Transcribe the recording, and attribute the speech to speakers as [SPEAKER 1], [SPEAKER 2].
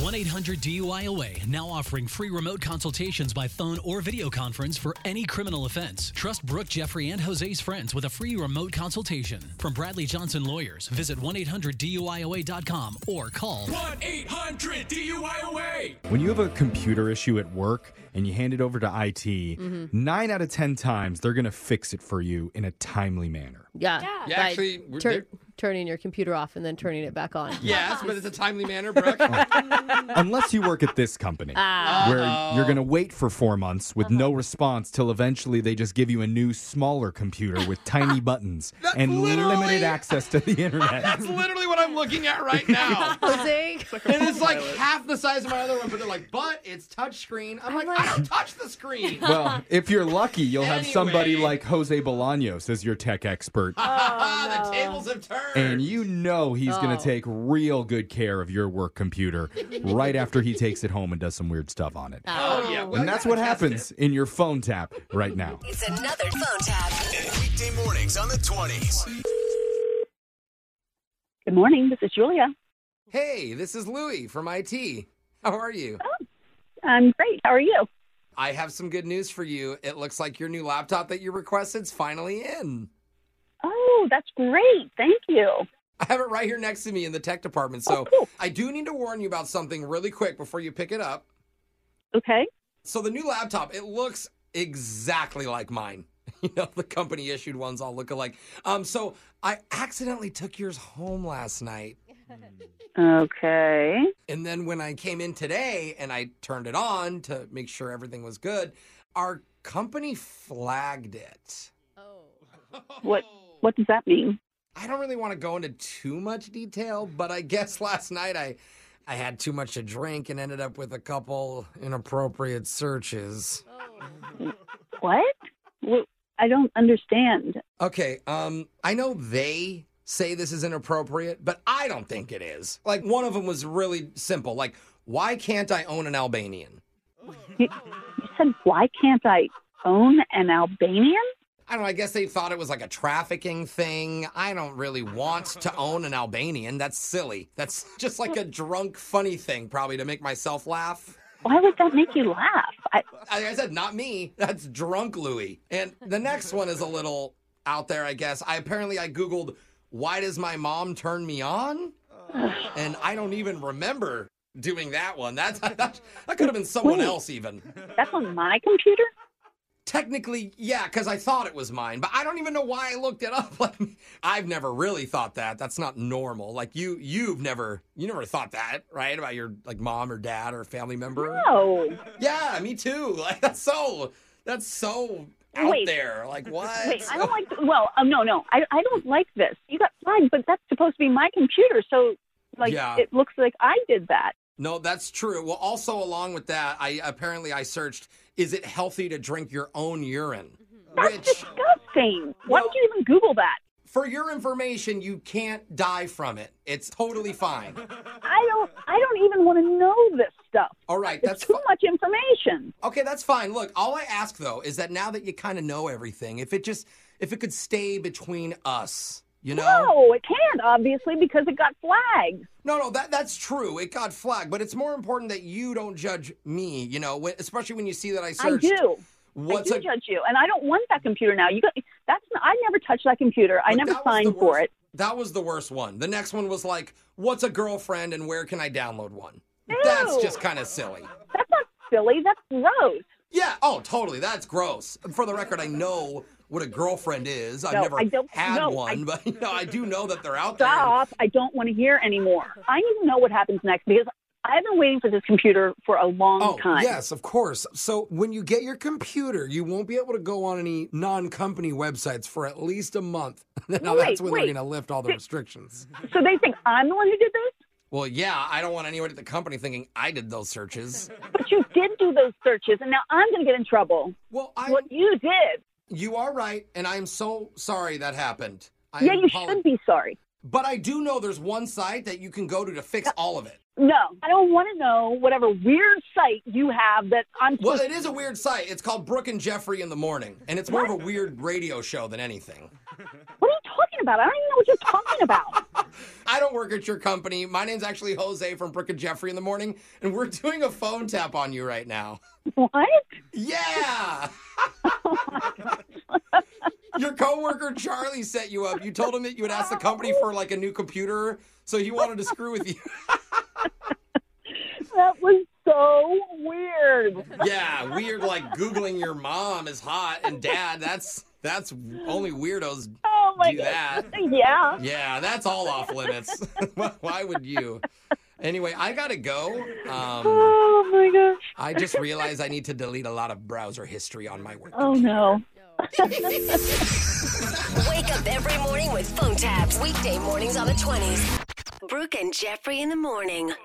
[SPEAKER 1] 1 800 DUIOA now offering free remote consultations by phone or video conference for any criminal offense. Trust Brooke, Jeffrey, and Jose's friends with a free remote consultation. From Bradley Johnson Lawyers, visit 1 800 DUIOA.com or call
[SPEAKER 2] 1 800 DUIOA.
[SPEAKER 3] When you have a computer issue at work and you hand it over to IT,
[SPEAKER 4] Mm-hmm.
[SPEAKER 3] nine out of 10 times they're going to fix it for you in a timely manner.
[SPEAKER 5] Yeah.
[SPEAKER 4] Yeah,
[SPEAKER 5] by
[SPEAKER 4] actually, we're-
[SPEAKER 5] tur-
[SPEAKER 4] they're-
[SPEAKER 5] turning your computer off and then turning it back on.
[SPEAKER 4] Yes, but it's a timely manner, Brooke.
[SPEAKER 3] Unless you work at this company
[SPEAKER 4] Ah.
[SPEAKER 3] where you're going to wait for four months
[SPEAKER 4] Uh-huh.
[SPEAKER 3] with no response till eventually they just give you a new, smaller computer with tiny buttons
[SPEAKER 4] That's
[SPEAKER 3] and limited
[SPEAKER 4] literally-
[SPEAKER 3] access to the internet.
[SPEAKER 4] That's literally what I'm looking at right now.
[SPEAKER 5] Jose,
[SPEAKER 4] And it's like half the size of my other one, but they're like, but it's touchscreen. I'm like, Oh, I don't touch the screen.
[SPEAKER 3] well, if you're lucky, you'll have somebody
[SPEAKER 4] Anyway.
[SPEAKER 3] like Jose Bolaños as your tech expert.
[SPEAKER 4] the tables have turned.
[SPEAKER 3] And you know he's going
[SPEAKER 5] Oh.
[SPEAKER 3] to take real good care of your work computer right after he takes it home and does some weird stuff on it.
[SPEAKER 4] oh, yeah. well,
[SPEAKER 3] and that's
[SPEAKER 4] yeah,
[SPEAKER 3] what
[SPEAKER 4] I tested
[SPEAKER 3] happens in your phone tap right now.
[SPEAKER 6] It's another phone tap.
[SPEAKER 7] Weekday mornings on the 20s.
[SPEAKER 8] Good morning. This is Julia.
[SPEAKER 4] it. Hey, this is Louie from IT. How are you?
[SPEAKER 8] I'm great. How are you?
[SPEAKER 4] I have some good news for you. It looks like your new laptop that you requested's finally in.
[SPEAKER 8] Oh, that's great. Thank you.
[SPEAKER 4] I have it right here next to me in the tech department. So
[SPEAKER 8] cool.
[SPEAKER 4] I do need to warn you about something really quick before you pick it up.
[SPEAKER 8] Okay.
[SPEAKER 4] So the new laptop, it looks exactly like mine. You know, the company issued ones all look alike. Um, so I accidentally took yours home last night.
[SPEAKER 8] Okay.
[SPEAKER 4] And then when I came in today and I turned it on to make sure everything was good, our company flagged it.
[SPEAKER 5] Oh.
[SPEAKER 8] What what does that mean?
[SPEAKER 4] I don't really want to go into too much detail, but I guess last night I I had too much to drink and ended up with a couple inappropriate searches.
[SPEAKER 8] What? Wh- I don't understand.
[SPEAKER 4] Okay, um I know they say this is inappropriate, but I don't think it is. Like one of them was really simple, like why can't I own an Albanian?
[SPEAKER 8] You said why can't I own an Albanian?
[SPEAKER 4] I don't know, I guess they thought it was like a trafficking thing. I don't really want to own an Albanian. That's silly. That's just like a drunk funny thing probably to make myself laugh.
[SPEAKER 8] Why would that make you laugh? I,
[SPEAKER 4] Like I said, not me. That's drunk Louie. And the next one is a little out there, I guess. I apparently I googled why does my mom turn me on, and I don't even remember doing that one. That's that, that could have been someone
[SPEAKER 8] Wait.
[SPEAKER 4] else even.
[SPEAKER 8] that's on my computer.
[SPEAKER 4] Technically, yeah, because I thought it was mine, but I don't even know why I looked it up. Like I've never really thought that. That's not normal. Like you, you've never you never thought that, right? About your like mom or dad or family member.
[SPEAKER 8] Oh,
[SPEAKER 4] Yeah, me too. Like that's so that's so out
[SPEAKER 8] Wait.
[SPEAKER 4] there. Like what?
[SPEAKER 8] wait. I don't like. Well, um, no, no. I I don't like this. You got flagged, but that's supposed to be my computer. So, like,
[SPEAKER 4] Yeah.
[SPEAKER 8] it looks like I did that.
[SPEAKER 4] No, that's true. Well, also along with that, I apparently I searched is it healthy to drink your own urine?
[SPEAKER 8] Mm-hmm.
[SPEAKER 4] Which
[SPEAKER 8] Disgusting. Why would you even Google that?
[SPEAKER 4] for your information, you can't die from it. It's totally fine.
[SPEAKER 8] I don't I don't even want to know this stuff.
[SPEAKER 4] All right,
[SPEAKER 8] It's
[SPEAKER 4] that's
[SPEAKER 8] too
[SPEAKER 4] fi-
[SPEAKER 8] much information.
[SPEAKER 4] Okay, that's fine. Look, all I ask though is that now that you kind of know everything, if it just if it could stay between us, you know?
[SPEAKER 8] No, it can't obviously because it got flagged.
[SPEAKER 4] No, no, that that's true. It got flagged, but it's more important that you don't judge me. You know, when, especially when you see that I
[SPEAKER 8] I
[SPEAKER 4] searched.
[SPEAKER 8] do.
[SPEAKER 4] What's
[SPEAKER 8] I do
[SPEAKER 4] a,
[SPEAKER 8] judge you, and I don't want that computer now. You got that's n- I never touched that computer. I
[SPEAKER 4] but
[SPEAKER 8] never
[SPEAKER 4] that was
[SPEAKER 8] signed
[SPEAKER 4] the
[SPEAKER 8] for
[SPEAKER 4] worst-
[SPEAKER 8] it.
[SPEAKER 4] That was the worst one. The next one was like, "What's a girlfriend and where can I download one?" That's
[SPEAKER 8] Ew.
[SPEAKER 4] just kind of silly.
[SPEAKER 8] That's not silly. That's gross.
[SPEAKER 4] Yeah. Oh, totally. That's gross. For the record, I know what a girlfriend is. I've
[SPEAKER 8] No,
[SPEAKER 4] never
[SPEAKER 8] I don't-
[SPEAKER 4] had
[SPEAKER 8] no,
[SPEAKER 4] one,
[SPEAKER 8] I-
[SPEAKER 4] but you know, I do know that they're out there.
[SPEAKER 8] Stop. I don't want to hear anymore. I need to know what happens next because I've been waiting for this computer for a long
[SPEAKER 4] Oh,
[SPEAKER 8] time.
[SPEAKER 4] yes, of course. So when you get your computer, you won't be able to go on any non company websites for at least a month. now that's
[SPEAKER 8] Wait,
[SPEAKER 4] when
[SPEAKER 8] wait.
[SPEAKER 4] they're going to lift all the restrictions.
[SPEAKER 8] So they think I'm the one who did this,
[SPEAKER 4] Well, yeah, I don't want anyone at the company thinking I did those searches.
[SPEAKER 8] but you did do those searches, and now I'm going to get in trouble.
[SPEAKER 4] Well, I
[SPEAKER 8] What you did.
[SPEAKER 4] you are right, and I'm so sorry that happened. I
[SPEAKER 8] Yeah, you
[SPEAKER 4] apolo-
[SPEAKER 8] should be sorry.
[SPEAKER 4] But I do know there's one site that you can go to to fix all of it.
[SPEAKER 8] No, I don't want to know whatever weird site you have that I'm.
[SPEAKER 4] Well,
[SPEAKER 8] supposed-
[SPEAKER 4] it is a weird site. It's called Brooke and Jeffrey in the Morning, and it's more of a weird radio show than anything.
[SPEAKER 8] what are you talking about? I don't even know what you're talking about.
[SPEAKER 4] I don't work at your company. My name's actually Jose from Brooke and Jeffrey in the morning, and we're doing a phone tap on you right now.
[SPEAKER 8] what?
[SPEAKER 4] Yeah. Your coworker Charlie set you up. You told him that you had asked the company for like a new computer, so he wanted to screw with you.
[SPEAKER 8] That was so weird.
[SPEAKER 4] yeah, weird like googling your mom is hot and dad. That's that's only weirdos
[SPEAKER 8] Oh my
[SPEAKER 4] do
[SPEAKER 8] god.
[SPEAKER 4] that.
[SPEAKER 8] Yeah.
[SPEAKER 4] Yeah, that's all off limits. Why- Why would you? Anyway, I gotta go. Um,
[SPEAKER 8] Oh my gosh.
[SPEAKER 4] I just realized I need to delete a lot of browser history on my work.
[SPEAKER 8] Oh no.
[SPEAKER 6] Wake up every morning with phone taps. Weekday mornings on the 20s. Brooke and Jeffrey in the morning.